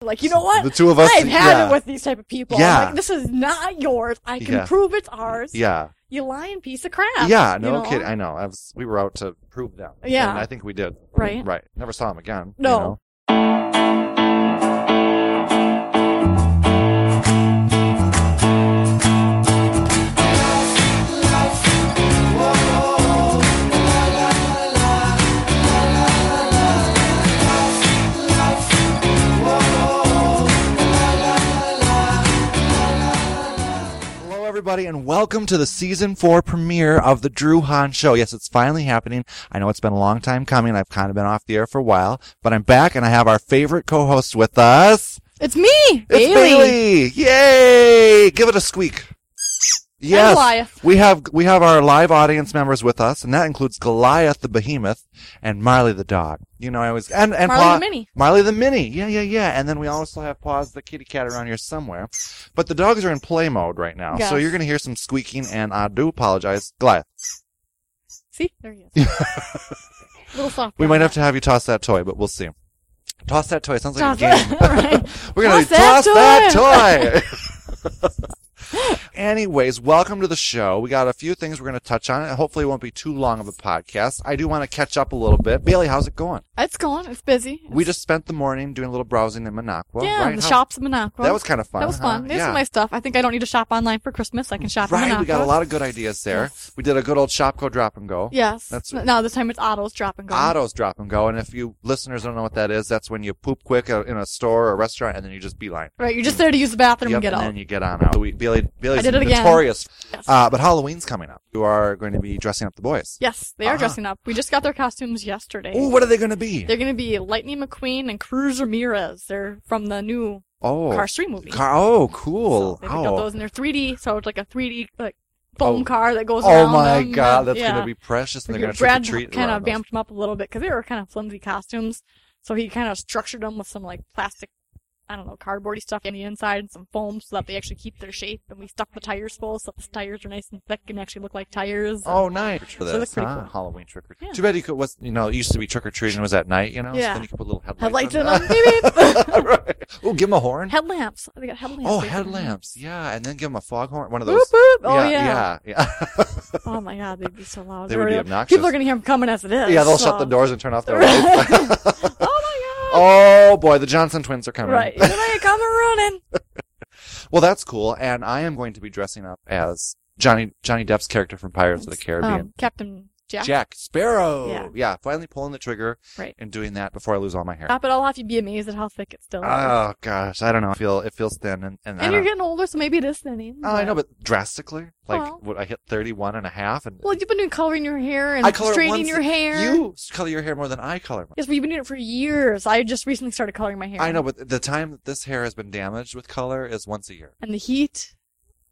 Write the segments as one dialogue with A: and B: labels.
A: Like, you know what?
B: The two of us.
A: I've had
B: yeah.
A: it with these type of people. I'm
B: Yeah.
A: like, this is not yours. I can
B: Yeah.
A: prove it's ours.
B: Yeah.
A: You lying piece of crap.
B: Yeah.
A: You
B: No
A: know?
B: kidding. I know. I was, we were out to prove them.
A: Yeah.
B: And I think we did.
A: Right.
B: Right. Never saw him again.
A: No.
B: You know? Hello, everybody, and welcome to the season four premiere of the Drew Hahn Show. Yes, it's finally happening. I know it's been a long time coming. I've kind of been off the air for a while, but I'm back, and I have our favorite co-host with us.
A: It's me,
B: It's
A: Bailey.
B: Bailey. Yay! Give it a squeak. Yes.
A: Goliath.
B: We have we have our live audience members with us, and that includes Goliath the behemoth and Marley the dog. You know, I was and and
A: Marley
B: Pa-
A: the Mini.
B: Marley the mini. Yeah, yeah, yeah. And then we also have Paws the kitty cat around here somewhere, but the dogs are in play mode right now, so
A: Yes.
B: you're gonna hear some squeaking. And I do apologize, Goliath.
A: See, there he is. Little soft.
B: We might have to have you toss that toy, but we'll see. Toss that toy. Sounds
A: Toss
B: like a game.
A: it. Right.
B: We're gonna
A: Toss that
B: toss that toy. Anyways, welcome to the show. We got a few things we're gonna touch on. and Hopefully, it won't be too long of a podcast. I do want to catch up a little bit. Bailey, how's it going?
A: It's going. It's busy.
B: We just spent the morning doing a little browsing in Minocqua.
A: yeah,
B: right?
A: the
B: How-
A: shops in Monaco.
B: That was kind of fun.
A: That was
B: huh?
A: fun. There's
B: yeah.
A: some nice stuff. I think I don't need to shop online for Christmas. I can shop in
B: Right,
A: Monaco.
B: we got a lot of good ideas there. We did a good old Shopco drop and go.
A: Yes.
B: That's-
A: now this time it's Otto's drop and go.
B: Otto's drop and go, and if you listeners don't know what that is, that's when you poop quick uh, in a store or a restaurant, and then you just beeline.
A: Right, you're just there to use the bathroom
B: Yep,
A: and get
B: and
A: out.
B: then you get on out. We, Bailey, Bailey's
A: I did it again.
B: notorious.
A: Yes.
B: Uh, but Halloween's coming up. You are going to be dressing up the boys.
A: yes, they are
B: Uh-huh.
A: dressing up. We just got their costumes yesterday.
B: Oh, what are they going to be?
A: They're going to be Lightning McQueen and Cruz Ramirez. They're from the new
B: oh,
A: Cars 3 movie.
B: car- oh, cool.
A: So they got
B: oh,
A: those and they're 3D, so it's like a 3D like foam
B: Oh.
A: car that goes
B: oh
A: around
B: my
A: them.
B: God, that's
A: yeah.
B: going to be precious. And they're going to
A: Brad
B: treat.
A: kind of vamped them up a little bit because they were kind of flimsy costumes. So he kind of structured them with some like plastic, I don't know, cardboardy stuff on the inside and some foam so that they actually keep their shape. And we stuck the tires full so the tires are nice and thick and actually look like tires.
B: Oh, nice.
A: So
B: For
A: that's
B: this,
A: pretty
B: huh?
A: cool.
B: Halloween trick or treat.
A: Yeah.
B: Too bad you could, was, you know, it used to be trick or treating was at night, you know? So
A: Yeah.
B: then you could put little headlights
A: Headlights
B: on.
A: in them, beep, beep.
B: right. Oh, give them a horn.
A: headlamps. They got headlamps.
B: oh,
A: They-
B: headlamps. Yeah. And then give them a foghorn. One of
A: Boop,
B: those.
A: boop. Oh, yeah.
B: Yeah. Yeah.
A: Oh, my God. They'd be so loud.
B: They would be
A: They're-
B: obnoxious.
A: People are going to hear them coming as it is.
B: yeah, they'll
A: so.
B: shut the doors and turn off their
A: Right.
B: lights.
A: oh, my God.
B: oh, boy. The Johnson twins are coming.
A: Right. Here they come running.
B: Well, that's cool. And I am going to be dressing up as Johnny Johnny Depp's character from Pirates of the Caribbean.
A: Um, Captain Jack.
B: Jack Sparrow.
A: Yeah.
B: finally pulling the trigger
A: Right.
B: and doing that before I lose all my hair.
A: Top it all off. You'd be amazed at how thick it still is.
B: Oh gosh, I don't know. I feel it feels thin, and and, I
A: and you're
B: don't-
A: getting older, so maybe it is thinning.
B: oh, I know, but drastically, like
A: Well.
B: what I hit 31 and a half, and
A: Well, you've been doing coloring your hair and
B: I color it
A: straightening
B: once-
A: your hair.
B: you color your hair more than I color. Mine.
A: Yes, but you've been doing it for years. I just recently started coloring my hair.
B: I know, but the time that this hair has been damaged with color is once a year.
A: And the heat.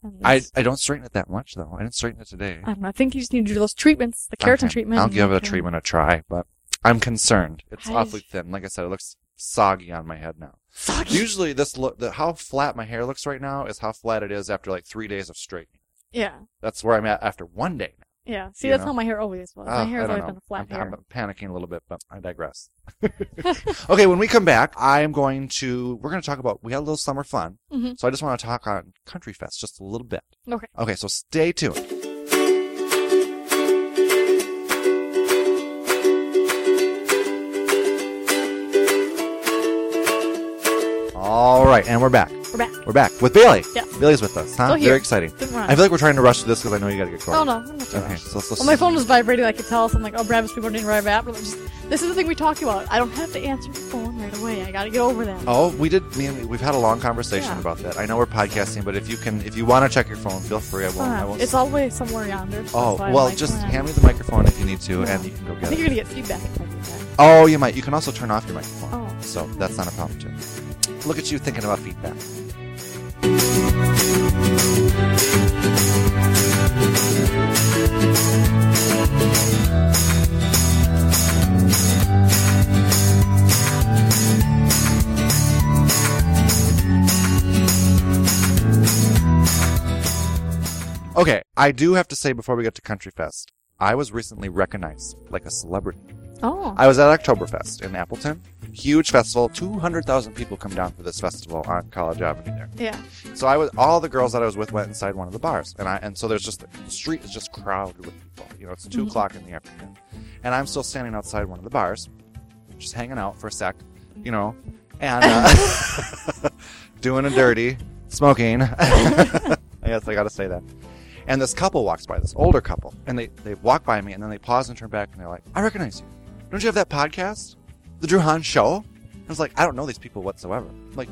A: And
B: I
A: this-
B: I don't straighten it that much though. I didn't straighten it today.
A: I, don't know, I think you just need to do those treatments, the keratin
B: Okay.
A: treatment.
B: I'll
A: and
B: give it a
A: everything.
B: treatment a try, but I'm concerned. It's
A: I-
B: awfully thin. Like I said, it looks soggy on my head now.
A: Soggy.
B: Usually, this look, the, how flat my hair looks right now is how flat it is after like three days of straightening.
A: yeah,
B: That's where I'm at after one day.
A: yeah. See,
B: You
A: that's
B: know?
A: how my hair always was.
B: Ah,
A: my hair
B: I
A: has
B: don't
A: always
B: know.
A: been a flat
B: I'm,
A: hair.
B: I'm panicking a little bit, but I digress. okay, when we come back, I'm going to we're going to talk about we had a little summer fun,
A: Mhm.
B: so I just want to talk on Country Fest just a little bit.
A: Okay.
B: Okay, so stay tuned. All right, and we're back.
A: We're back.
B: We're back with Bailey.
A: Yeah.
B: Bailey's with us. Huh?
A: Still here.
B: Very exciting.
A: Didn't run.
B: I feel like we're trying to rush through this because I know you got to get going.
A: oh no. I'm not
B: Okay, so let's, let's
A: Well, my phone was vibrating. I could tell. So I'm like, oh, Brad, people didn't arrive at. But I'm just, this is the thing we talked about. I don't have to answer the phone right away. I got to get over that.
B: Oh, we did. Me and we've had a long conversation
A: Yeah.
B: about that. I know we're podcasting, but if you can, if you want to check your phone, feel free. I won't. I
A: Fun.
B: won't.
A: It's all the way somewhere yonder. so
B: oh
A: that's why I'm
B: well,
A: like,
B: just
A: eh.
B: hand me the microphone if you need to, and you can go
A: I
B: get
A: think
B: it.
A: you're gonna get feedback. if I do that.
B: Oh, you might. You can also turn off your microphone,
A: Oh.
B: so that's not a problem too. Look at you thinking about feedback. Okay, I do have to say before we get to Country Fest, I was recently recognized like a celebrity.
A: Oh.
B: I was at Oktoberfest in Appleton. Huge festival. 200,000 people come down for this festival on College Avenue there.
A: yeah.
B: So I was all the girls that I was with went inside one of the bars, and I and so there's just the street is just crowded with people. You know, it's 2
A: Mhm.
B: o'clock in the afternoon, and I'm still standing outside one of the bars, just hanging out for a sec, you know, and uh, doing a dirty, smoking. I guess I got to say that. And this couple walks by, this older couple, and they they walk by me, and then they pause and turn back, and they're like, "I recognize you. Don't you have that podcast, The Drew Hahn Show?" I was like, "I don't know these people whatsoever." I'm like.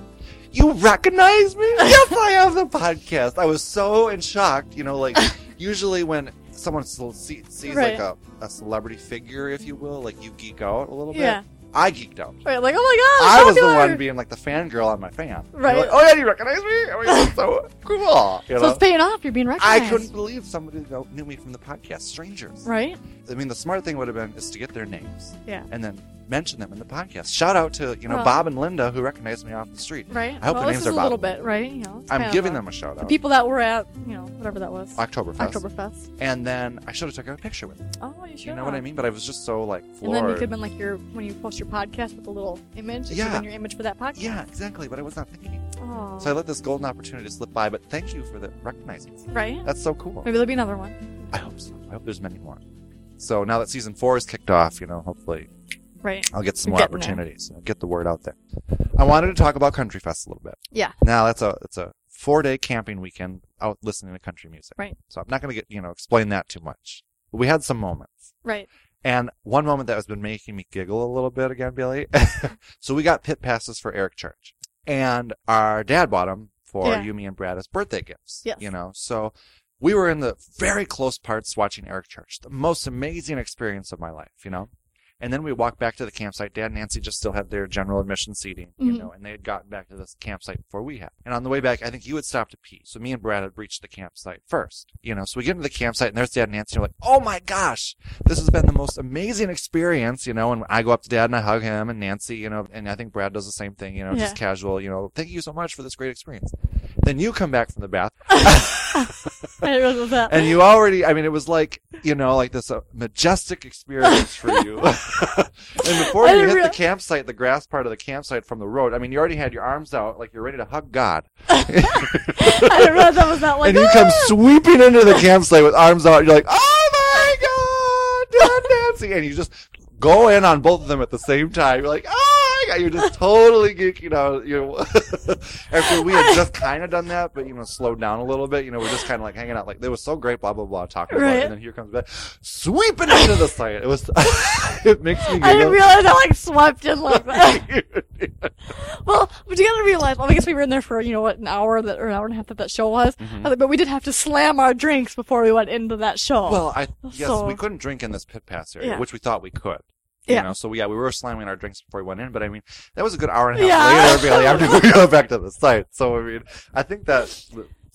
B: You recognize me? Yes, I have the podcast. I was so in shock. You know, like usually when someone se- see- sees
A: Right.
B: like a, a celebrity figure, if you will, like you geek out a little bit.
A: Yeah.
B: I geeked out.
A: Right, like, oh my god.
B: I was the
A: popular!
B: one being like the fangirl on my fan. You're
A: Right.
B: like, oh yeah, you recognize me? I'm like, so cool. You
A: So
B: know?
A: it's paying off. You're being
B: I
A: recognized.
B: couldn't believe somebody kno- knew me from the podcast. Strangers.
A: Right?
B: I mean, the smart thing would have been is to get their names.
A: Yeah.
B: And then mention them in the podcast. Shout out to you know
A: Well-
B: Bob and Linda who recognized me off the street.
A: Right?
B: I
A: well,
B: hope their
A: this
B: names
A: is
B: are
A: a
B: Bob.
A: little bit, right? You know, it's
B: I'm
A: kind of
B: giving
A: a-
B: them a shout
A: The
B: out.
A: people that were at, you know, whatever that was.
B: Oktoberfest.
A: Oktoberfest.
B: And then I should have took a picture with them.
A: Oh, you should.
B: You know what I mean? But I was just so like
A: And
B: floored.
A: then you could have been like your when you post your podcast with a little image. It should
B: Yeah.
A: have been your image for that podcast.
B: yeah, exactly. But I was not thinking.
A: Oh.
B: So I let this golden opportunity slip by. But thank you for the recognizing.
A: right?
B: That's so cool.
A: Maybe there'll be another one.
B: I hope so. I hope there's many more. So now that season four is kicked off, you know, hopefully
A: Right.
B: I'll get some
A: You're
B: more
A: getting there.
B: opportunities. you know, get the word out there. I wanted to talk about Country Fest a little bit.
A: Yeah.
B: Now that's a it's a four day camping weekend out listening to country music.
A: Right.
B: So I'm not going to get you know explain that too much. But we had some moments.
A: Right.
B: And one moment that has been making me giggle a little bit again, Billy. so we got pit passes for Eric Church, and our dad bought them for
A: Yeah.
B: Yumi and Brad as birthday gifts.
A: Yes.
B: You know, so we were in the very close parts watching Eric Church, the most amazing experience of my life. You know. And then we walked back to the campsite. Dad and Nancy just still had their general admission seating, you
A: Mhm.
B: know, and they had gotten back to this campsite before we had. And on the way back, I think you had stopped to pee. So me and Brad had reached the campsite first, you know. So we get into the campsite, and there's Dad and Nancy. And we're like, oh my gosh, this has been the most amazing experience, you know. And I go up to Dad and I hug him and Nancy, you know, and I think Brad does the same thing, you know, just casual, you know, thank you so much for this great experience. Then you come back from the bath,
A: I didn't realize that.
B: and you already i mean it was like you know like this uh, majestic experience for you and before
A: I
B: you
A: didn't
B: hit the
A: real-
B: campsite the grass part of the campsite from the road i mean you already had your arms out like you're ready to hug god
A: I didn't realize that was that like. "Ah!"
B: and you come sweeping into the campsite with arms out you're like oh my god Dad, nancy and you just go in on both of them at the same time you're like oh my God," you're just totally geeking out you know after we had just kind of done that but you know slowed down a little bit you know we're just kind of like hanging out like it was so great blah blah blah talking about it
A: Right.
B: and then here comes that sweeping into the site it was it makes me
A: I didn't
B: giggle
A: realize I like swept in like that. well, but you gotta realize. Well, I guess we were in there for you know what an hour that or an hour and a half that that show was.
B: Mhm.
A: I was like, But we did have to slam our drinks before we went into that show.
B: Well, I yes,
A: Oh. So-
B: we couldn't drink in this pit pass area,
A: Yeah.
B: which we thought we could. You
A: Yeah.
B: know, so yeah, we were slamming our drinks before we went in, but I mean, that was a good hour and a half
A: Yeah.
B: later, Bailey, after we got back to the site. So I mean, I think that,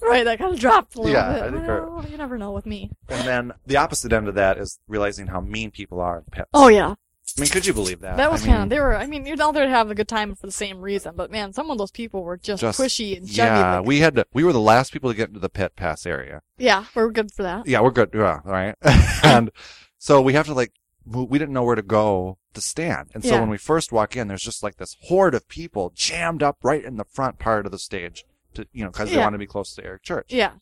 A: right, that kind of dropped a little
B: Yeah,
A: bit.
B: I think our-
A: well, you never know with me.
B: and then the opposite end of that is realizing how mean people are in pits.
A: Oh yeah,
B: I mean, could you believe that?
A: That was
B: I mean,
A: kind of they were. I mean, you're all there to have a good time for the same reason, but man, some of those people were just,
B: Just-
A: pushy and chubby.
B: Yeah,
A: like-
B: we had to, we were the last people to get into the pit pass area.
A: yeah, we're good for that.
B: Yeah, we're good. Yeah, all right. and so we have to like, move, we didn't know where to go to stand. And so
A: Yeah.
B: when we first walk in, there's just like this horde of people jammed up right in the front part of the stage to, you know, because they
A: Yeah.
B: want to be close to Eric Church.
A: Yeah,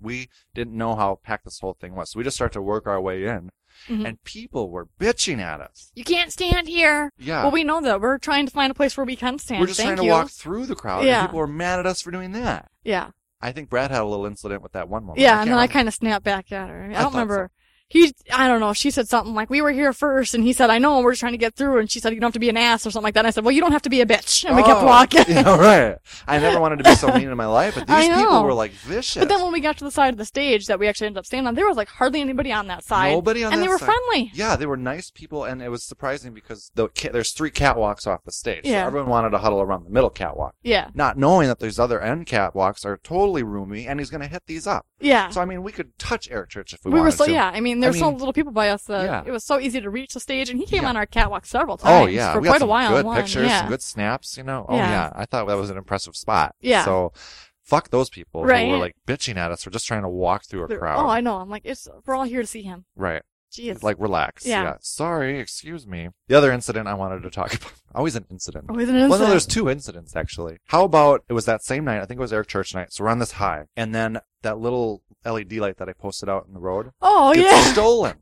B: We didn't know how packed this whole thing was. So we just started to work our way in
A: Mhm.
B: and people were bitching at us.
A: you can't stand here.
B: Yeah.
A: Well, we know that we're trying to find a place where we can stand.
B: we're just
A: Thank
B: trying to
A: you.
B: walk through the crowd
A: Yeah.
B: and people were mad at us for doing that.
A: Yeah,
B: I think Brad had a little incident with that one woman.
A: yeah, and then I
B: can't
A: kind of snapped back at her. I, mean, I
B: I
A: don't
B: thought
A: remember. He, I don't know. She said something like, "We were here first, and he said, "I know, we're just trying to get through." And she said, "You don't have to be an ass" or something like that. And I said, "Well, you don't have to be a bitch." And we kept
B: Oh,
A: walking.
B: yeah, right. I never wanted to be so mean in my life, but
A: I
B: these people
A: know.
B: were like vicious.
A: But then when we got to the side of the stage that we actually ended up standing on, there was like hardly anybody on that side,
B: Nobody on
A: and
B: that
A: they were
B: side.
A: friendly.
B: Yeah, they were nice people, and it was surprising because the ca- there's three catwalks off the stage. So
A: Yeah.
B: everyone wanted to huddle around the middle catwalk,
A: Yeah,
B: not knowing that these other end catwalks are totally roomy, and he's going to hit these up.
A: yeah.
B: So I mean, we could touch Eric Church if we,
A: We were
B: wanted
A: so
B: to.
A: yeah. I mean, there
B: I
A: were so
B: mean-
A: little people by us that
B: Yeah.
A: it was so easy to reach the stage, and he came
B: Yeah.
A: on our catwalk several times
B: Oh yeah,
A: for
B: we got
A: quite
B: some
A: a while.
B: good
A: on
B: pictures,
A: one. Yeah.
B: some good snaps. You know, oh yeah.
A: Yeah.
B: I thought that was an impressive spot.
A: Yeah.
B: So, fuck those people who
A: Right.
B: were like bitching at us for just trying to walk through a
A: They're-
B: crowd.
A: Oh, I know. I'm like, it's we're all here to see him.
B: Right.
A: Jeez.
B: like relax.
A: Yeah.
B: Sorry, excuse me. The other incident I wanted to talk about. Always an incident.
A: oh, isn't it
B: Well, no,
A: insane?
B: there's two incidents actually. How about it was that same night? I think it was Eric Church night. So we're on this high, and then that little LED light that I posted out in the road
A: Oh,
B: gets
A: yeah.
B: stolen.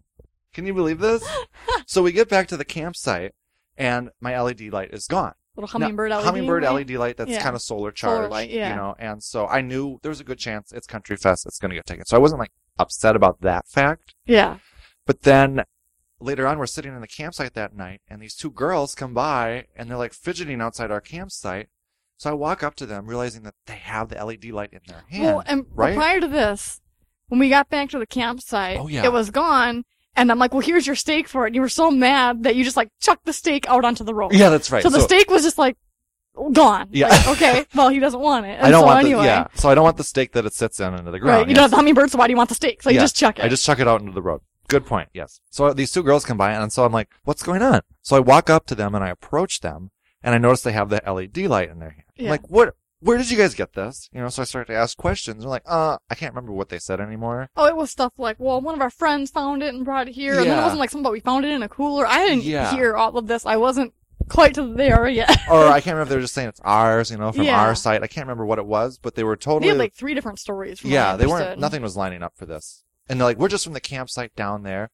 B: Can you believe this? so we get back to the campsite, and my LED light is gone.
A: Little
B: Now,
A: hummingbird E LED.
B: hummingbird E
A: light.
B: LED light that's
A: Yeah.
B: kind of solar
A: Solar
B: charged,
A: light, yeah.
B: you know. And so I knew there was a good chance it's Country Fest, it's going to get taken. So I wasn't like upset about that fact.
A: Yeah.
B: But then later on, we're sitting in the campsite that night, and these two girls come by and they're like fidgeting outside our campsite. So I walk up to them, realizing that they have the LED light in their hand.
A: Well, and
B: right?
A: prior to this, when we got back to the campsite,
B: Oh, yeah.
A: it was gone. And I'm like, well, here's your steak for it. And you were so mad that you just like chucked the steak out onto the road.
B: yeah, that's right.
A: So the steak was just like gone.
B: Yeah.
A: Like, okay. Well, he doesn't want it. And
B: I don't
A: so
B: want
A: anyway,
B: the yeah. So I don't want the stake that it sits in into the ground.
A: right? You
B: yes.
A: don't have the hummingbird, so why do you want the steak? So you
B: Yeah.
A: just chuck it.
B: I just chuck it out into the road. Good point. Yes. So these two girls come by, and so I'm like, "What's going on?" So I walk up to them and I approach them, and I notice they have the LED light in their hand. I'm
A: Yeah.
B: like, "What? Where did you guys get this?" You know. So I start to ask questions. They're like, "Uh, I can't remember what they said anymore."
A: Oh, it was stuff like, well, one of our friends found it and brought it here, and then it
B: Yeah.
A: wasn't like something, but we found it in a cooler. I didn't
B: Yeah.
A: hear all of this. I wasn't quite to there yet.
B: or I can't remember if they were just saying it's ours, you know, from
A: Yeah.
B: our site. I can't remember what it was, but they were
A: they
B: totally
A: had like three different stories. From what
B: yeah.
A: I
B: They weren't.
A: understood.
B: Nothing was lining up for this. And they're like, "We're just from the campsite down there."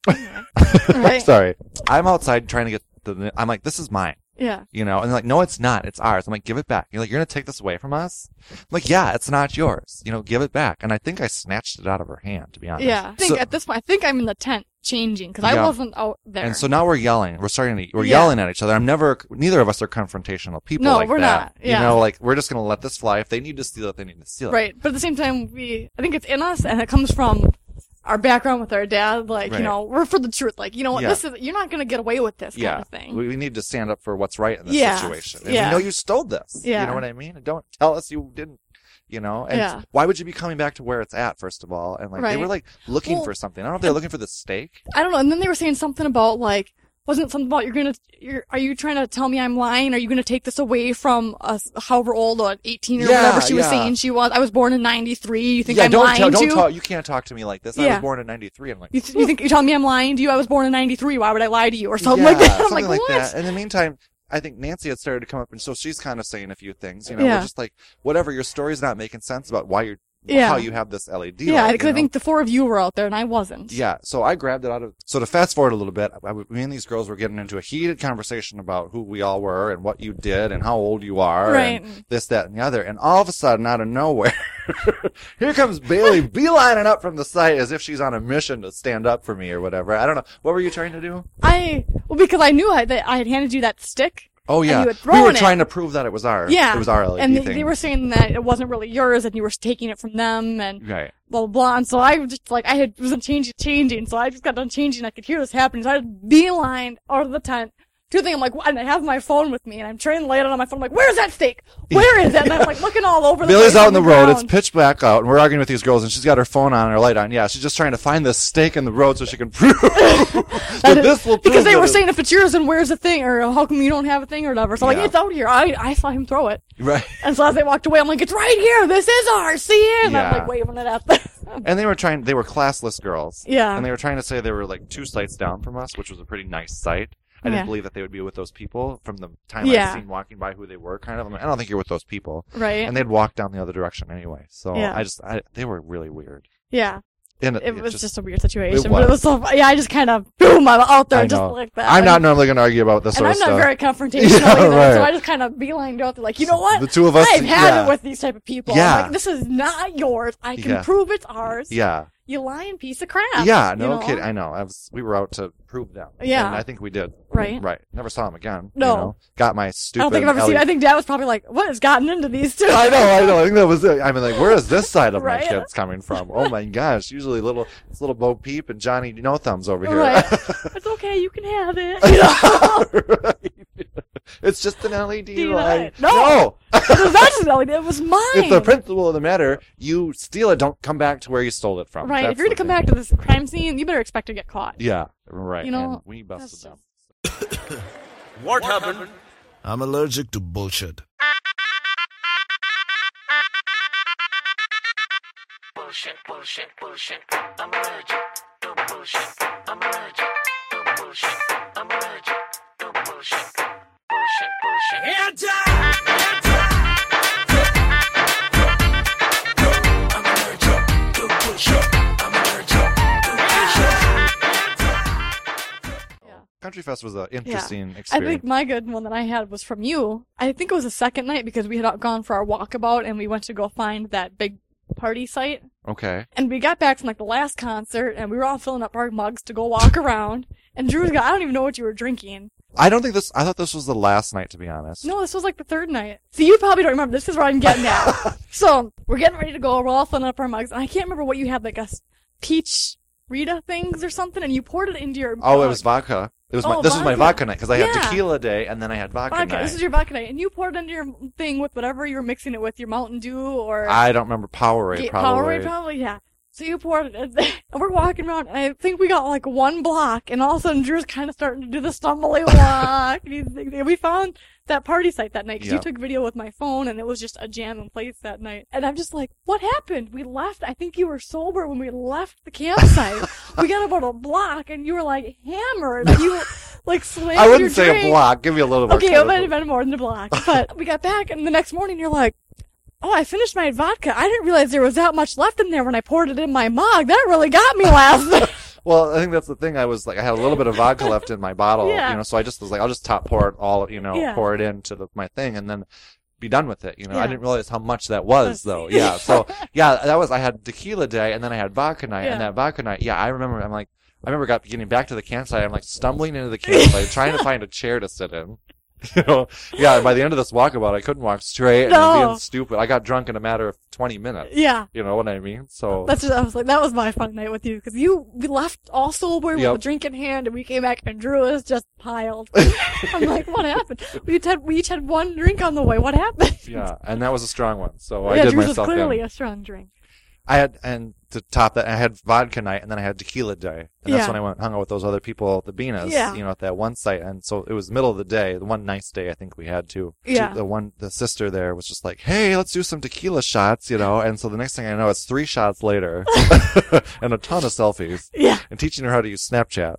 A: Right.
B: Sorry, I'm outside trying to get the. I'm like, "This is mine."
A: Yeah.
B: you know, and they're like, no, it's not. It's ours. I'm like, give it back. You're like, you're going to take this away from us? I'm like, yeah, it's not yours. You know, give it back. And I think I snatched it out of her hand, to be honest.
A: Yeah. I think
B: So-
A: at this point, I think I'm in the tent changing because I
B: Yeah.
A: wasn't out there.
B: and so now we're yelling. We're starting to, we're
A: Yeah.
B: yelling at each other. I'm never, neither of us are confrontational people
A: No,
B: like
A: we're
B: that.
A: not. Yeah.
B: You know, like, we're just going to let this fly. If they need to steal it, they need to steal it.
A: Right. But at the same time, we, I think it's in us and it comes from our background with our dad. Like,
B: Right.
A: you know, we're for the truth. Like, you know what?
B: Yeah.
A: This is, you're not going to get away with this
B: Yeah.
A: kind of thing.
B: We, we need to stand up for what's right in this
A: Yeah.
B: situation. And
A: Yeah.
B: we know you stole this.
A: Yeah.
B: You know what I mean? And Don't tell us you didn't. You know, and
A: Yeah.
B: why would you be coming back to where it's at? First of all, and like they
A: Right.
B: were like looking
A: Well-
B: for something. I don't know if they're looking for the steak.
A: I don't know. And then they were saying something about like, wasn't it something about you're gonna, you're, are you trying to tell me I'm lying? Are you gonna take this away from us, however old, or 18 or
B: Yeah,
A: whatever she was
B: yeah.
A: saying she was? I was born in 93. You think
B: yeah,
A: I'm
B: don't
A: lying
B: tell,
A: to
B: don't
A: you?
B: talk. You can't talk to me like this. I was
A: Yeah.
B: born in '93. I'm like,
A: You, th- you think you're telling me I'm lying to you? I was born in 93. Why would I lie to you? Or something
B: yeah,
A: like that. I'm
B: something
A: like, what?
B: that. In the meantime, I think Nancy had started to come up, and so she's kind of saying a few things. You know,
A: Yeah.
B: we're just like, whatever. Your story's not making sense about why you're,
A: Yeah.
B: how you have this LED.
A: Yeah,
B: light,
A: because
B: you
A: I
B: know?
A: think the four of you were out there and I wasn't.
B: Yeah, so I grabbed it out of. So to fast forward a little bit, I, we and these girls were getting into a heated conversation about who we all were and what you did and how old you are
A: Right.
B: and this, that, and the other. And all of a sudden, out of nowhere, here comes Bailey beelining up from the site as if she's on a mission to stand up for me or whatever. I don't know. What were you trying to do?
A: I well because I knew I, that I had handed you that stick.
B: Oh
A: And
B: yeah,
A: you had
B: we were
A: thrown it.
B: trying to prove that it was our.
A: Yeah,
B: it was our LED
A: and they,
B: thing.
A: they were saying that it wasn't really yours, and you were taking it from them, and
B: right.
A: blah blah blah. And so I was just like I had wasn't changing changing, so I just got done changing. I could hear this happening. So I just beeline out of the tent. Two thing I'm like, and I have my phone with me, and I'm trying to lay it on my phone. I'm like, where's that steak? Where is it? And I'm like looking all over. the
B: Billy's
A: place on
B: out in the, road. It's
A: ground.
B: pitch black out, and we're arguing with these girls, and she's got her phone on and her light on. Yeah, she's just trying to find this stake in the road so she can prove that,
A: That is-
B: this will prove
A: because they
B: that
A: were
B: it-
A: saying if it's yours, then where's the thing, or oh, how come you don't have a thing, or whatever. So
B: Yeah.
A: like, it's out here. I I saw him throw it.
B: right.
A: And so as they walked away, I'm like, it's right here. This is ours. See it? And I'm
B: Yeah.
A: like waving it at them.
B: And they were trying. They were classless girls.
A: Yeah.
B: And they were trying to say they were like two sites down from us, which was a pretty nice site. I didn't
A: Yeah.
B: believe that they would be with those people from the time
A: Yeah.
B: I'd seen walking by who they were. Kind of. I'm like, I don't think you're with those people.
A: right.
B: And they'd walk down the other direction anyway. So
A: Yeah.
B: I just, I, they were really weird.
A: yeah.
B: And
A: It was just, a weird situation.
B: it
A: But it was so, yeah, I just kind of, boom, I'm out there
B: I
A: just
B: know.
A: like that.
B: I'm not normally going to argue about
A: And
B: this sort
A: I'm
B: of
A: not
B: stuff.
A: very confrontational
B: Yeah,
A: either. So
B: right.
A: I just kind of beelined out there like, you know what?
B: The two of us.
A: I've had
B: yeah.
A: it with these type of people.
B: Yeah.
A: I'm like, this is not yours. I can
B: Yeah.
A: prove it's ours.
B: Yeah.
A: You lying piece of crap.
B: Yeah,
A: you
B: no
A: know?
B: kidding. I know. I was, we were out to prove them.
A: Yeah.
B: And I think we did.
A: Right.
B: Right. Never saw him again. you
A: No.
B: know. Got my
A: I
B: stupid.
A: don't think I've ever
B: LED
A: seen. I think Dad was probably like, "What has gotten into these two?
B: I know, I know. I think that was it. I mean, like, where is this side of my
A: Right?
B: kids coming from? Oh my gosh! Usually, little it's little Bo Peep and Johnny No Thumbs over here.
A: Right. it's okay. You can have it. You know?
B: it's just an LED
A: Do you
B: light.
A: like- No. it was not just Ellie. It was mine.
B: It's the principle of the matter. You steal it. Don't come back to where you stole it from.
A: Right.
B: That's
A: if you're
B: the
A: gonna come back
B: thing.
A: to this crime scene, you better expect to get caught.
B: Yeah. Right.
A: You know,
B: and we busted
A: that's
B: them.
A: just-
C: What happened?
D: I'm allergic to bullshit.
E: Bullshit, bullshit, bullshit. I'm allergic the bullshit. I'm allergic to bullshit. I'm allergic to bullshit. Bullshit, bullshit.
C: Anti!
E: I'm allergic to bullshit. I'm allergic to bullshit.
B: Country Fest was an interesting experience.
A: I think my good one that I had was from you. I think it was the second night because we had out gone for our walkabout and we went to go find that big party site.
B: okay.
A: And we got back from like the last concert and we were all filling up our mugs to go walk around. And Drew's got, I don't even know what you were drinking.
B: I don't think this. I thought this was the last night, to be honest.
A: No, this was like the third night. So you probably don't remember. This is where I'm getting at. so we're getting ready to go. We're all filling up our mugs. And I can't remember what you had, like a s- peach Rita things or something. And you poured it into your
B: Oh, it
A: mug.
B: was vodka. It was my,
A: Oh,
B: this was my
A: vodka.
B: vodka night because I
A: Yeah.
B: had tequila day and then I had vodka,
A: vodka.
B: night.
A: This is your vodka night, and you poured it into your thing with whatever you were mixing it with, your Mountain Dew or
B: I don't remember Powerade.
A: Ga-
B: probably.
A: Powerade, probably yeah. So you poured it, in there, and we're walking around, and I think we got like one block, and all of a sudden Drew's kind of starting to do the stumbly walk. and he's like- and we found that party site that night 'cause
B: Yeah.
A: you took video with my phone, and it was just a jam in place that night. And I'm just like, what happened? We left. I think you were sober when we left the campsite. we got about a block, and you were like hammered. You like slammed
B: I wouldn't
A: your
B: say
A: drink.
B: a block. Give me a little more.
A: Okay, it
B: credit.
A: might have been more than a block. But we got back, and the next morning you're like, "Oh, I finished my vodka. I didn't realize there was that much left in there when I poured it in my mug. That really got me last night."
B: Well, I think that's the thing. I was like, I had a little bit of vodka left in my bottle,
A: Yeah.
B: you know, so I just was like, I'll just top pour it all, you know,
A: Yeah.
B: pour it into the, my thing and then be done with it. You know, I
A: Yeah.
B: didn't realize how much that was though. Yeah. So yeah, that was, I had tequila day and then I had vodka night
A: Yeah.
B: and that vodka night. Yeah. I remember, I'm like, I remember got, getting back to the campsite. I'm like stumbling into the campsite, trying to find a chair to sit in. You know, yeah. By the end of this walkabout, I couldn't walk straight and
A: No.
B: being stupid. I got drunk in a matter of 20 minutes.
A: yeah,
B: You know what I mean? So
A: that's. Just, I was like, that was my fun night with you because you we left all sober
B: Yep.
A: with a drink in hand, and we came back and Drew is just piled. I'm like, what happened? We each had we each had one drink on the way. What happened?
B: yeah, and that was a strong one. So Oh, I
A: yeah,
B: did
A: Drew's was
B: myself in.
A: clearly a strong drink.
B: I had and to top that, I had vodka night, and then I had tequila day, and that's
A: Yeah.
B: when I went hung out with those other people at the Beanas,
A: Yeah.
B: you know, at that one site. And so it was middle of the day, the one nice day I think we had too. She-
A: Yeah.
B: the one the sister there was just like, "Hey, let's do some tequila shots," you know. And so the next thing I know, it's three shots later, and a ton of selfies,
A: Yeah,
B: and teaching her how to use Snapchat.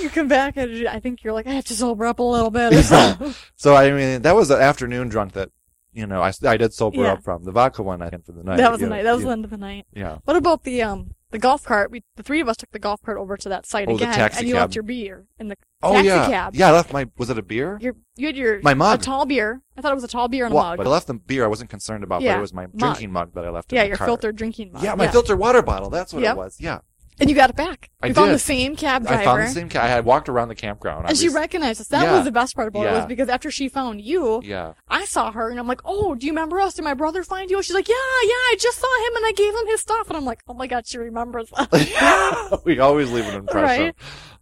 A: you come back and I think you're like, I have to sober up a little bit. Or something.
B: So I mean, that was an afternoon drunk that. You know, I, I did sober
A: Yeah.
B: up from the vodka one. I think for the night.
A: that was the
B: Yeah.
A: night. That was
B: yeah.
A: the end of the night.
B: yeah.
A: What about the um the golf cart? We the three of us took the golf cart over to that site
B: Oh, the
A: again,
B: taxi
A: and you
B: cab.
A: left your beer in the
B: Oh
A: taxi
B: yeah,
A: cab.
B: yeah. I left my. Was it a beer?
A: Your, you had your
B: My mug.
A: a tall beer. I thought it was a tall beer and a
B: Well,
A: mug.
B: But I left the beer I wasn't concerned about, but
A: Yeah,
B: it was my
A: mug.
B: drinking mug that I left
A: yeah,
B: in the
A: your
B: car.
A: filtered drinking mug.
B: Yeah, my filtered water bottle. That's what
A: Yep.
B: it was. Yeah.
A: And you got it back.
B: I
A: you found
B: did.
A: the same cab driver.
B: I found the same ca- I had walked around the campground. I
A: and she
B: was-
A: recognized us. That
B: Yeah.
A: was the best part about it
B: Yeah.
A: was because after she found you,
B: Yeah.
A: I saw her and I'm like, "Oh, do you remember us? Did my brother find you?" And she's like, "Yeah, yeah, I just saw him and I gave him his stuff." And I'm like, "Oh my god, she remembers us."
B: we always leave an impression.
A: Right.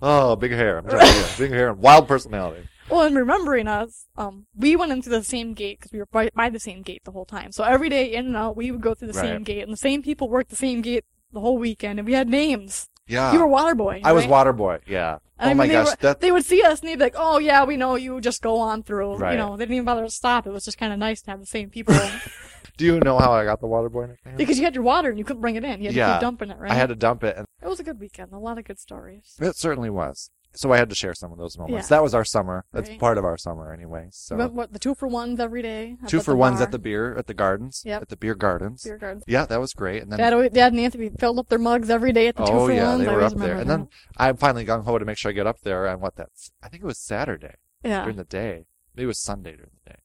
B: Oh, big hair. I'm telling you, big hair and wild personality.
A: Well, and remembering us, um, we went into the same gate because we were by, by the same gate the whole time. So every day in and out, we would go through the
B: Right.
A: same gate, and the same people worked the same gate the whole weekend, and we had names.
B: Yeah.
A: you were Waterboy.
B: Ah. I was
A: right?
B: water boy. Yeah.
A: And I
B: oh
A: mean,
B: my
A: they
B: gosh,
A: were-
B: that
A: They would see us and they'd be like, "Oh yeah, we know you. Just go on through."
B: Right.
A: You know, they didn't even bother to stop. It was just kind of nice to have the same people
B: Do you know how I got the water boy nickname?
A: because you had your water and you couldn't bring it in. You had to
B: Yeah.
A: keep dumping it, right?
B: I had to dump it and
A: It was a good weekend. A lot of good stories.
B: it certainly was. So I had to share some of those moments.
A: Yeah.
B: That was our summer. That's
A: Right.
B: part of our summer anyway. So
A: We went, what, the two for ones every day. up
B: two
A: at
B: for
A: the
B: ones
A: bar,
B: at the beer at the gardens.
A: Yep.
B: At the beer gardens.
A: beer garden.
B: Yeah, that was great. And then
A: Dad, always- Dad and Anthony filled up their mugs every day at the two
B: oh
A: for
B: yeah,
A: ones.
B: they
A: I
B: were
A: always
B: up there.
A: remember
B: And
A: that.
B: then I'm finally gung ho to make sure I get up there on what that I think it was Saturday
A: Yeah,
B: during the day. Maybe it was Sunday during the day.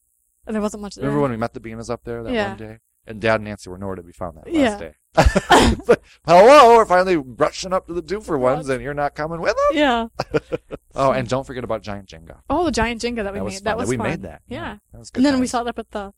A: and there wasn't much there.
B: Remember when we met the Beanas up there that
A: Yeah.
B: one day? And Dad and Nancy were nowhere to be found that last
A: Yeah.
B: day. It's like, Hello, we're finally rushing up to the do for ones, and you're not coming with us.
A: yeah.
B: Oh, and don't forget about Giant Jenga.
A: Oh, the giant Jenga that we
B: that was
A: made.
B: fun.
A: That was
B: we
A: fun.
B: made that.
A: Yeah.
B: that was good.
A: And then we
B: times.
A: saw it up at the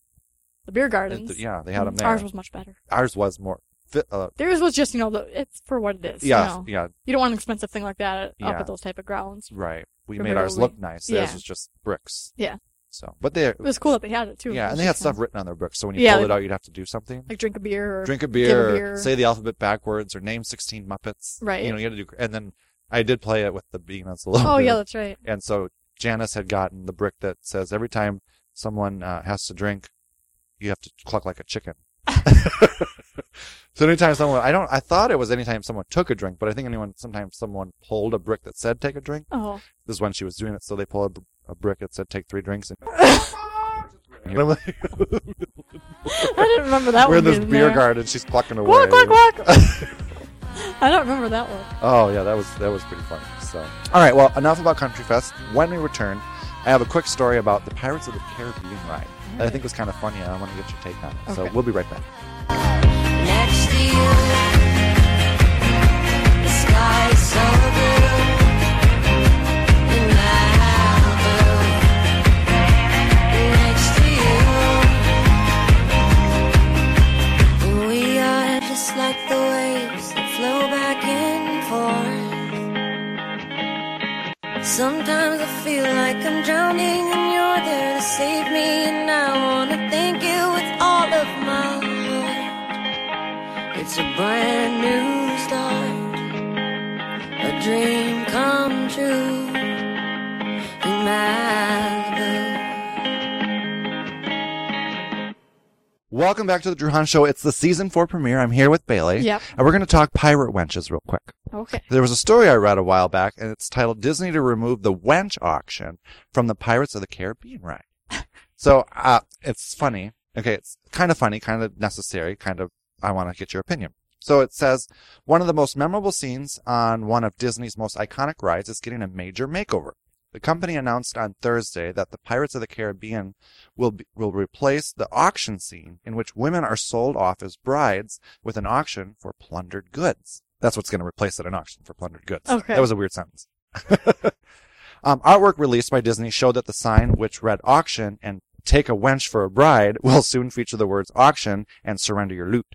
A: the beer
B: And
A: gardens.
B: th- yeah, they had them there.
A: Ours was much better.
B: Ours was more. Fit, uh,
A: Theirs was just you know the it's for what it is.
B: yeah,
A: You, know.
B: yeah,
A: you don't want an expensive thing like that at,
B: Yeah.
A: up at those type of grounds.
B: right. We
A: Remember
B: made ours
A: we-
B: look nice. Theirs
A: yeah.
B: was just bricks.
A: Yeah.
B: So, but they
A: It was cool that they had it too. It
B: Yeah,
A: was
B: and they had
A: just
B: stuff
A: fun.
B: written on their books. So when you
A: Yeah,
B: pulled
A: like-
B: it out, you'd have to do something.
A: like drink a beer. Or,
B: Drink a
A: get
B: beer,
A: a beer.
B: say the alphabet backwards, or name 16 Muppets.
A: Right.
B: You know, you had to do, and then I did play it with the Beanas a little
A: oh
B: bit.
A: yeah, that's right.
B: And so Janice had gotten the brick that says every time someone uh, has to drink, you have to cluck like a chicken. So anytime someone, I don't, I thought it was anytime someone took a drink, but I think anyone, sometimes someone pulled a brick that said take a drink.
A: Oh,
B: This is when she was doing it, so they pulled a, br- a brick that said take three drinks. And, and I'm like,
A: I didn't remember that
B: we're in
A: one.
B: this
A: being
B: beer
A: there.
B: garden, she's clucking away.
A: Walk, walk, walk. I don't remember that one.
B: Oh yeah, that was that was pretty funny. So, all right, well, enough about Country Fest. When we return, I have a quick story about the Pirates of the Caribbean ride that I think was kind of funny. and I want to get your take on it. So
A: Okay.
B: we'll be right back.
F: Next to you, the sky's so blue in Malibu. Next to you, we are just like the waves that flow back and forth. Sometimes I feel like I'm drowning, and you're there to save me, and I wanna thank you with all of my heart. It's a brand new start, a dream come true in Malibu.
B: Welcome back to the Drew Hahn Show. It's the season four premiere. I'm here with Bailey.
A: Yep.
B: And we're going to talk pirate wenches real quick.
A: Okay.
B: There was a story I read a while back, and it's titled "Disney to Remove the Wench Auction from the Pirates of the Caribbean Ride." so uh, it's funny. Okay, it's kind of funny, kind of necessary, kind of. I want to get your opinion. So it says one of the most memorable scenes on one of Disney's most iconic rides is getting a major makeover. The company announced on Thursday that the Pirates of the Caribbean will be, will replace the auction scene in which women are sold off as brides with an auction for plundered goods. That's what's going to replace it an auction for plundered goods.
A: Okay.
B: That was a weird sentence. um, artwork released by Disney showed that the sign, which read auction and take a wench for a bride, will soon feature the words auction and surrender your loot.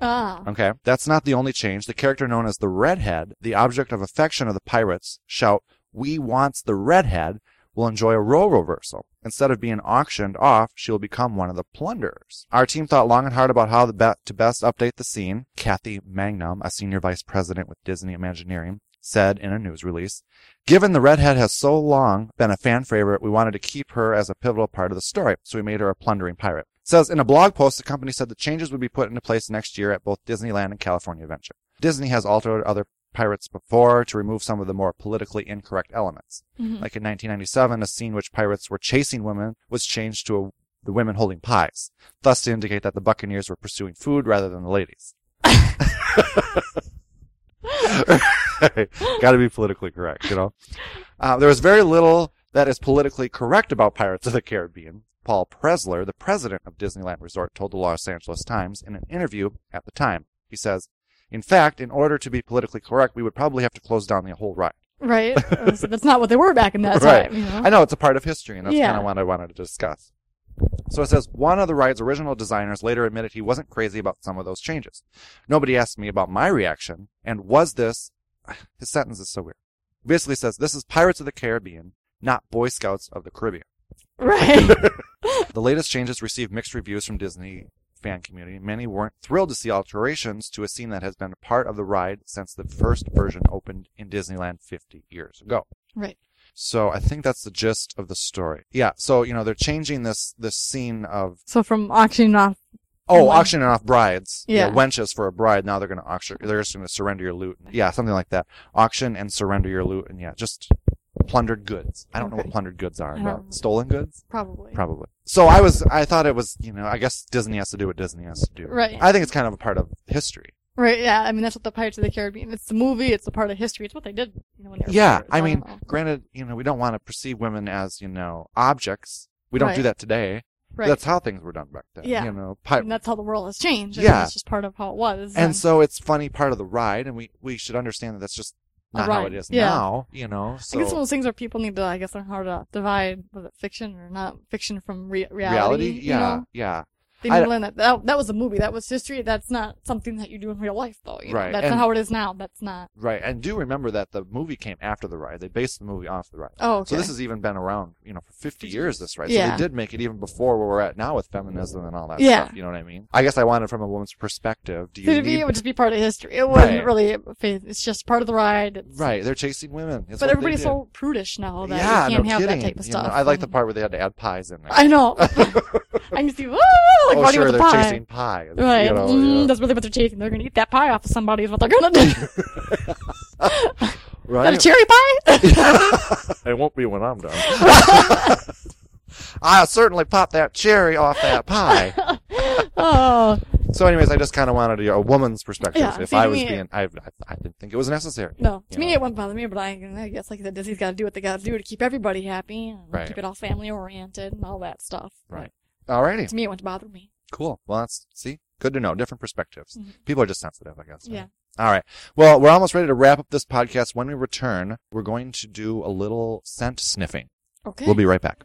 A: Ah.
B: Okay. That's not the only change. The character known as the Redhead, the object of affection of the pirates, shout, We wants the Redhead, will enjoy a role reversal. Instead of being auctioned off, she will become one of the plunderers. Our team thought long and hard about how the be- to best update the scene. Kathy Magnum, a senior vice president with Disney Imagineering, said in a news release, Given the redhead has so long been a fan favorite, we wanted to keep her as a pivotal part of the story, so we made her a plundering pirate. It says in a blog post, the company said the changes would be put into place next year at both Disneyland and California Adventure. Disney has altered other pirates before to remove some of the more politically incorrect elements.
A: Mhm.
B: Like in 1997, a scene which pirates were chasing women was changed to a, the women holding pies, thus to indicate that the buccaneers were pursuing food rather than the ladies. Got to be politically correct, you know. Uh, there is very little that is politically correct about Pirates of the Caribbean. Paul Presler, the president of Disneyland Resort, told the Los Angeles Times in an interview at the time. He says, "In fact, in order to be politically correct, we would probably have to close down the whole ride."
A: Right. Uh, so that's not what they were back in that
B: Right.
A: time. You know?
B: I know it's a part of history, and that's
A: Uh-huh. Yeah.
B: kind of what I wanted to discuss. So it says one of the ride's original designers later admitted he wasn't crazy about some of those changes. Nobody asked me about my reaction, and was this? His sentence is so weird. Basically says this is Pirates of the Caribbean, not Boy Scouts of the Caribbean.
A: Right.
B: The latest changes received mixed reviews from Disney fan community. Many weren't thrilled to see alterations to a scene that has been a part of the ride since the first version opened in Disneyland 50 years ago.
A: Right.
B: So I think that's the gist of the story. Yeah. So you know they're changing this this scene of
A: So from auctioning off.
B: oh
A: Wow.
B: auctioning off brides,
A: Yeah.
B: wenches for a bride. Now they're going to auction. They're just going to surrender your loot. Yeah, something like that. Auction and surrender your loot, and yeah, just plundered goods. I don't know
A: Okay.
B: what plundered goods are.
A: I don't
B: but
A: know.
B: Stolen goods.
A: Probably.
B: Probably. So I was, I thought it was, you know, I guess Disney has to do what Disney has to do.
A: Right.
B: I think it's kind of a part of history.
A: Right. Yeah. I mean, that's what the Pirates of the Caribbean. It's the movie. It's a part of history. It's what they did. You know, when they were
B: Yeah.
A: pirates.
B: I
A: don't
B: mean,
A: know.
B: granted, you know, we don't want to perceive women as, you know, objects. We don't do
A: Right.
B: that today.
A: right.
B: That's how things were done back then.
A: Yeah.
B: You know,
A: I
B: pi-
A: mean, that's how the world has changed. I mean,
B: Yeah.
A: It's just part of how it was.
B: and so it's funny part of the ride, and we, we should understand that that's just
A: A
B: not how
A: ride.
B: it is
A: Yeah.
B: now, you know. So
A: I guess one of those things where people need to, I guess, learn how to divide was it fiction or not fiction from rea- reality.
B: reality,
A: you
B: yeah,
A: know?
B: yeah.
A: They
B: I
A: need to
B: d-
A: learn that. that that was a movie. That was history. That's not something that you do in real life, though. you know?
B: Right,
A: That's
B: and-
A: not how it is now. That's not.
B: Right. And do remember that the movie came after the ride. They based the movie off the ride.
A: Oh, okay.
B: So this has even been around, you know, for 50 years, this right? So
A: Yeah.
B: they did make it even before where we're at now with feminism and all that
A: Yeah.
B: stuff. You know what I mean? I guess I wanted from a woman's perspective. Do you
A: It'd be,
B: need...
A: it would just be part of history. It wasn't
B: Right.
A: really faith. It's just part of the ride. It's-
B: Right. They're chasing women. It's
A: But
B: what they
A: everybody's
B: did.
A: so prudish now that
B: yeah,
A: you can't
B: no
A: have
B: kidding.
A: that type of
B: You know,
A: stuff.
B: I like the
A: and-
B: part where they had to add pies in there.
A: I know. I can see, woo, like
B: oh,
A: running
B: sure,
A: with
B: they're
A: the pie.
B: chasing pie. It's, you
A: Right.
B: know,
A: mm,
B: yeah.
A: That's really what they're chasing. They're going to eat that pie off of somebody is what they're going to do. Is that a
B: Right?
A: cherry pie?
B: It won't be when I'm done. I'll certainly pop that cherry off that pie.
A: oh,
B: So, anyways, I just kind of wanted a, a woman's perspective.
A: Yeah,
B: if
A: see,
B: I
A: to
B: was
A: me-
B: being, I, I, I didn't think it was necessary.
A: no. To
B: You
A: me,
B: know.
A: it wouldn't bother me, but I, I guess, like I said, Disney's got to do what they got to do to keep everybody happy and
B: Right.
A: keep it all family oriented and all that stuff.
B: Right. Alrighty,
A: To me, it wouldn't bother me.
B: cool. Well, that's see, good to know. Different perspectives.
A: Mhm.
B: People are just sensitive, I guess. right?
A: Yeah.
B: All right. Well, we're almost ready to wrap up this podcast. When we return, we're going to do a little scent sniffing.
A: Okay.
B: We'll be right back.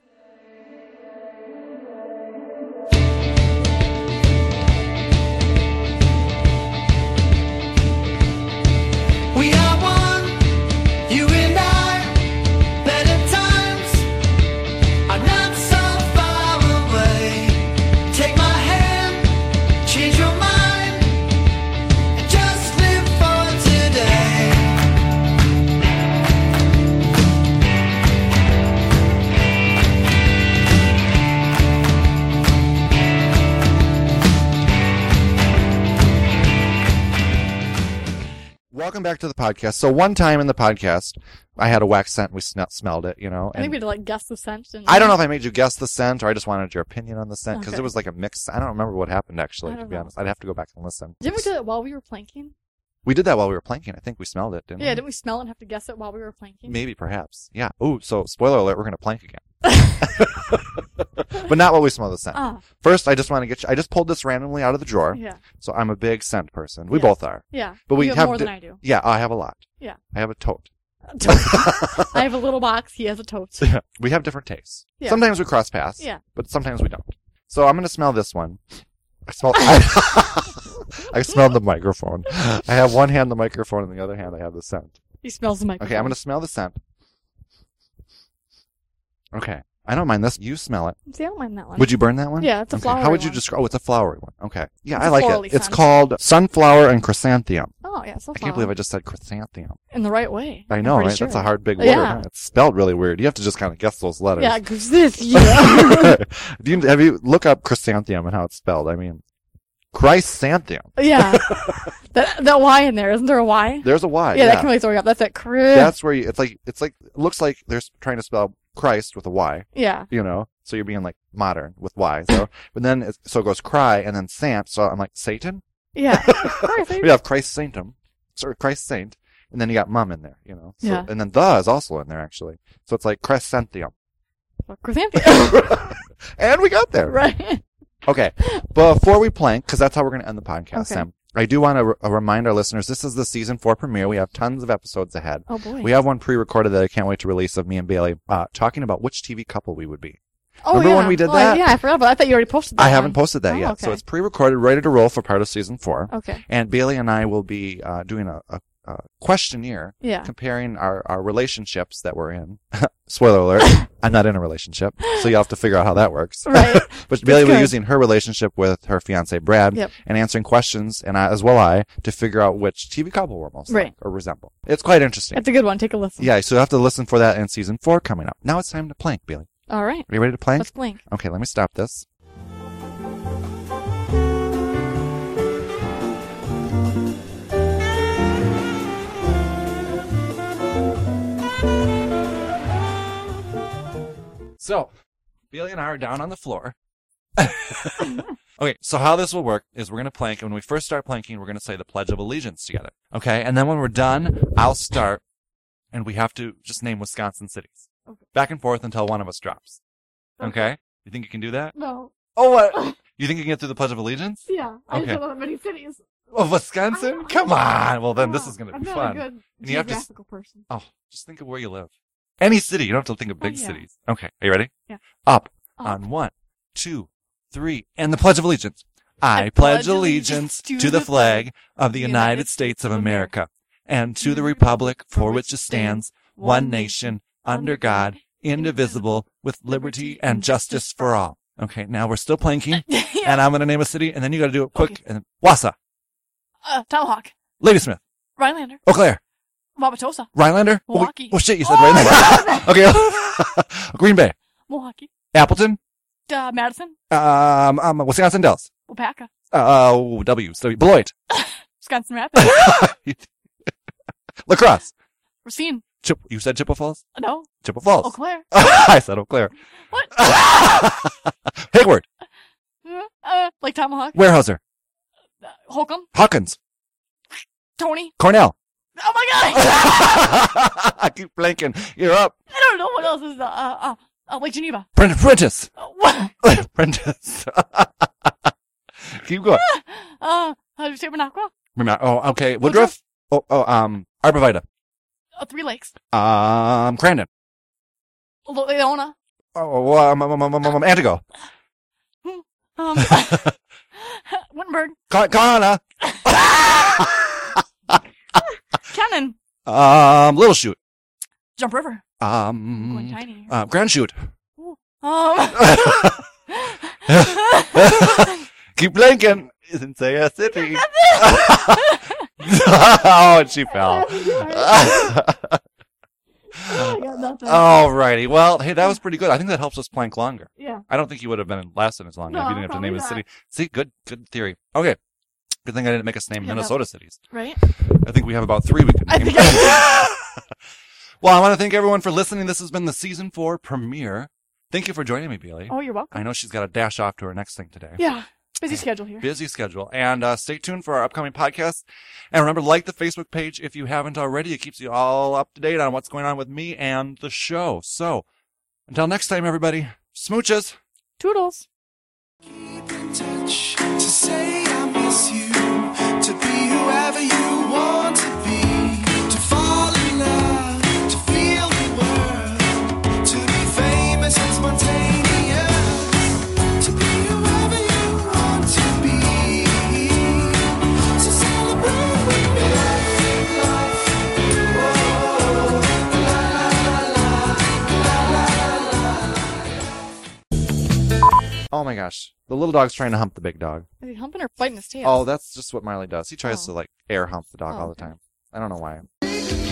G: We are one, you and I. Better times are not so far away. Take my hand, change your mind, and just live for today.
B: Welcome back to the podcast. So one time in the podcast, I had a wax scent. We sn- smelled it, you know.
A: I think
B: And
A: we'd like guess the scent. And
B: I don't know if I made you guess the scent or I just wanted your opinion on the scent because
A: Okay.
B: it was like a mix. I don't remember what happened actually.
A: I
B: To
A: don't
B: be
A: know.
B: honest, I'd have to go back and listen.
A: Did we do it while we were planking?
B: We did that while we were planking. I think we smelled it, didn't
A: Yeah,
B: we?
A: didn't we smell it and have to guess it while we were planking?
B: Maybe, perhaps. Yeah. Oh, so spoiler alert, we're going to plank again. but not while we smell the scent.
A: Ah,
B: First, I just want to get you. I just pulled this randomly out of the drawer.
A: yeah.
B: So I'm a big scent person. We
A: Yeah.
B: both are.
A: Yeah.
B: But we
A: you have,
B: have
A: more
B: di-
A: than I do.
B: Yeah, I have a lot.
A: Yeah.
B: I have a tote.
A: I have a little box. He has a tote.
B: we have different tastes.
A: Yeah.
B: Sometimes we cross paths.
A: Yeah.
B: But sometimes we don't. So I'm going to smell this one. I smell. I, I smell the microphone. I have one hand the microphone and the other hand I have the scent.
A: He smells the microphone.
B: Okay, I'm gonna smell the scent. Okay, I don't mind this. You smell it.
A: See, I don't mind that one.
B: Would you burn that one?
A: Yeah, it's a
B: okay. How
A: flowery
B: would you
A: one.
B: describe? Oh, it's a flowery one. Okay. Yeah,
A: It's
B: I
A: a
B: like
A: florally
B: it. It's
A: scent.
B: called sunflower and chrysanthemum.
A: Oh yeah, so
B: I can't believe I just said chrysanthemum.
A: in the right way.
B: I
A: I'm
B: know,
A: pretty
B: right? That's a
A: sure.
B: hard big word.
A: Yeah.
B: huh? It's spelled really weird. You have to just kind of guess those letters.
A: Yeah, 'cause this. Yeah.
B: Do you have you look up chrysanthemum and how it's spelled? I mean, chrysanthemum.
A: yeah. That that Y in there isn't there a Y?
B: There's a Y.
A: Yeah, that can really throw you up. That's that crib.
B: That's where you. It's like it's like it looks like they're trying to spell Christ with a Y.
A: yeah.
B: you know. So you're being like modern with Y. So, but then it's, so it goes cry and then sant. So I'm like Satan.
A: Yeah. Sorry,
B: We
A: sorry.
B: have Christ Saintum, sorry Christ Saint, and then you got mum in there, you know. So,
A: Yeah.
B: And then the is also in there actually. So it's like Crescentium.
A: Well, chrysanthemum.
B: and we got there.
A: right.
B: Okay. Before we plank, because that's how we're going to end the podcast,
A: Okay.
B: Sam. I do want to re- remind our listeners this is the season four premiere. We have tons of episodes ahead.
A: Oh boy.
B: We have one pre recorded that I can't wait to release of me and Bailey uh, talking about which TV couple we would be.
A: oh
B: remember
A: yeah.
B: when we did
A: Oh, I-
B: that?
A: yeah, I forgot. But I thought you already posted. that
B: I haven't
A: one.
B: posted that
A: Oh,
B: yet. So
A: okay.
B: it's pre-recorded, ready to roll for part of season four.
A: Okay.
B: And Bailey and I will be uh, doing a, a, a questionnaire
A: Yeah.
B: comparing our, our relationships that we're in. Spoiler alert, I'm not in a relationship, so you'll have to figure out how that works.
A: Right.
B: But Bailey will be
A: good.
B: using her relationship with her fiance Brad
A: Yep.
B: and answering questions, and I, as well I, to figure out which TV couple we're most
A: Right.
B: like or resemble. It's quite interesting.
A: That's a good one. Take a listen.
B: Yeah, so you have to listen for that in season four coming up. Now it's time to plank, Bailey.
A: All right.
B: Are you ready to plank?
A: Let's blink.
B: Okay, let me stop this. So, Bailey and I are down on the floor. okay, so how this will work is we're going to plank, and when we first start planking, we're going to say the Pledge of Allegiance together. Okay, and then when we're done, I'll start, and we have to just name Wisconsin cities. Back and forth until one of us drops. Okay? You think you can do that?
A: No.
B: Oh, what? You think you can get through the Pledge of Allegiance?
A: Yeah.
B: I just Okay.
A: know that many cities.
B: Oh, Wisconsin? Come on. Well, then this is going to be fun.
A: good
B: And you have to s-
A: person.
B: Oh, just think of where you live. Any city. You don't have to think of big
A: Oh, yeah.
B: cities. Okay. Are you ready?
A: Yeah.
B: Up,
A: Up.
B: on one, two, three, and the Pledge of Allegiance. I, pledge allegiance to the flag of the United States of America and to the republic for which it stands, one nation, under God, indivisible, with liberty and justice for all. Okay, now we're still planking, and I'm going to name a city, and then you got to do it quick. And then Wausau,
A: Uh, Tomahawk.
B: Ladysmith,
A: Rhinelander.
B: Eau Claire,
A: Wabatosa.
B: Rhinelander, Oh, wait.
A: Milwaukee.
B: Oh, shit, you said Rhinelander. okay, Green Bay,
A: Milwaukee.
B: Appleton,
A: Uh, Madison,
B: Um, um, Wisconsin Dells.
A: Wapaka,
B: Uh, oh, W. So Beloit.
A: Wisconsin Rapids,
B: Lacrosse.
A: Racine,
B: Chip, you said Chippewa Falls?
A: no,
B: Chippewa Falls.
A: Eau Claire.
B: I said Eau Claire.
A: What?
B: Hayward.
A: Uh, Lake Tomahawk,
B: Warehouser.
A: uh, Holcomb,
B: Hawkins.
A: Tony.
B: Cornell.
A: Oh my god!
B: I keep blanking. You're up.
A: I don't know what else is, uh, uh, uh Lake Geneva.
B: Brent Prentice.
A: Uh, what?
B: Prentice. keep going.
A: Uh, how do you say Minocqua?
B: Remember, oh, okay. Woodruff. Oh, oh, um, Arborvita.
A: Uh, Three Lakes,
B: Um, Crandon.
A: Lo- Leona.
B: Oh, um, um, um, um, um, Antigo.
A: Um, Wittenberg,
B: Ka- Kana.
A: Cannon,
B: Um, Little Shoot.
A: Jump River. I'm Going
B: Um,
A: tiny here.
B: uh, Grand Shoot.
A: um.
B: Keep blanking. Isn't Saya City. oh, and she fell.
A: I got Um, nothing.
B: All righty. Well, hey, that was pretty good. I think that helps us plank longer.
A: Yeah.
B: I don't think you would have been lasting as long
A: No,
B: if you didn't have to name a
A: probably
B: city. See, good, good theory. Okay. Good thing I didn't make us name
A: Yeah, no.
B: Minnesota cities.
A: right?
B: I think we have about three we could
A: I
B: name.
A: think I-
B: well, I want to thank everyone for listening. This has been the season four premiere. Thank you for joining me, Bailey.
A: Oh, you're welcome.
B: I know she's got to dash off to her next thing today.
A: Yeah. Busy schedule here.
B: Busy schedule. And uh, stay tuned for our upcoming podcast. And remember, like the Facebook page if you haven't already. It keeps you all up to date on what's going on with me and the show. So until next time, everybody, smooches.
A: Toodles.
G: touch to say I miss you, to be whoever you want to be, to fall in love, to feel the world, to be famous and spontaneous, to be whoever you want to be. So celebrate with me. Life. Whoa. La, la, la, la.
B: Oh my gosh. The little dog's trying to hump the big dog.
A: Is he humping or biting his tail?
B: Oh, that's just what Marley does. He tries
A: Oh.
B: to like air hump the dog
A: Oh,
B: all the
A: okay.
B: time. I don't know why.
G: Life,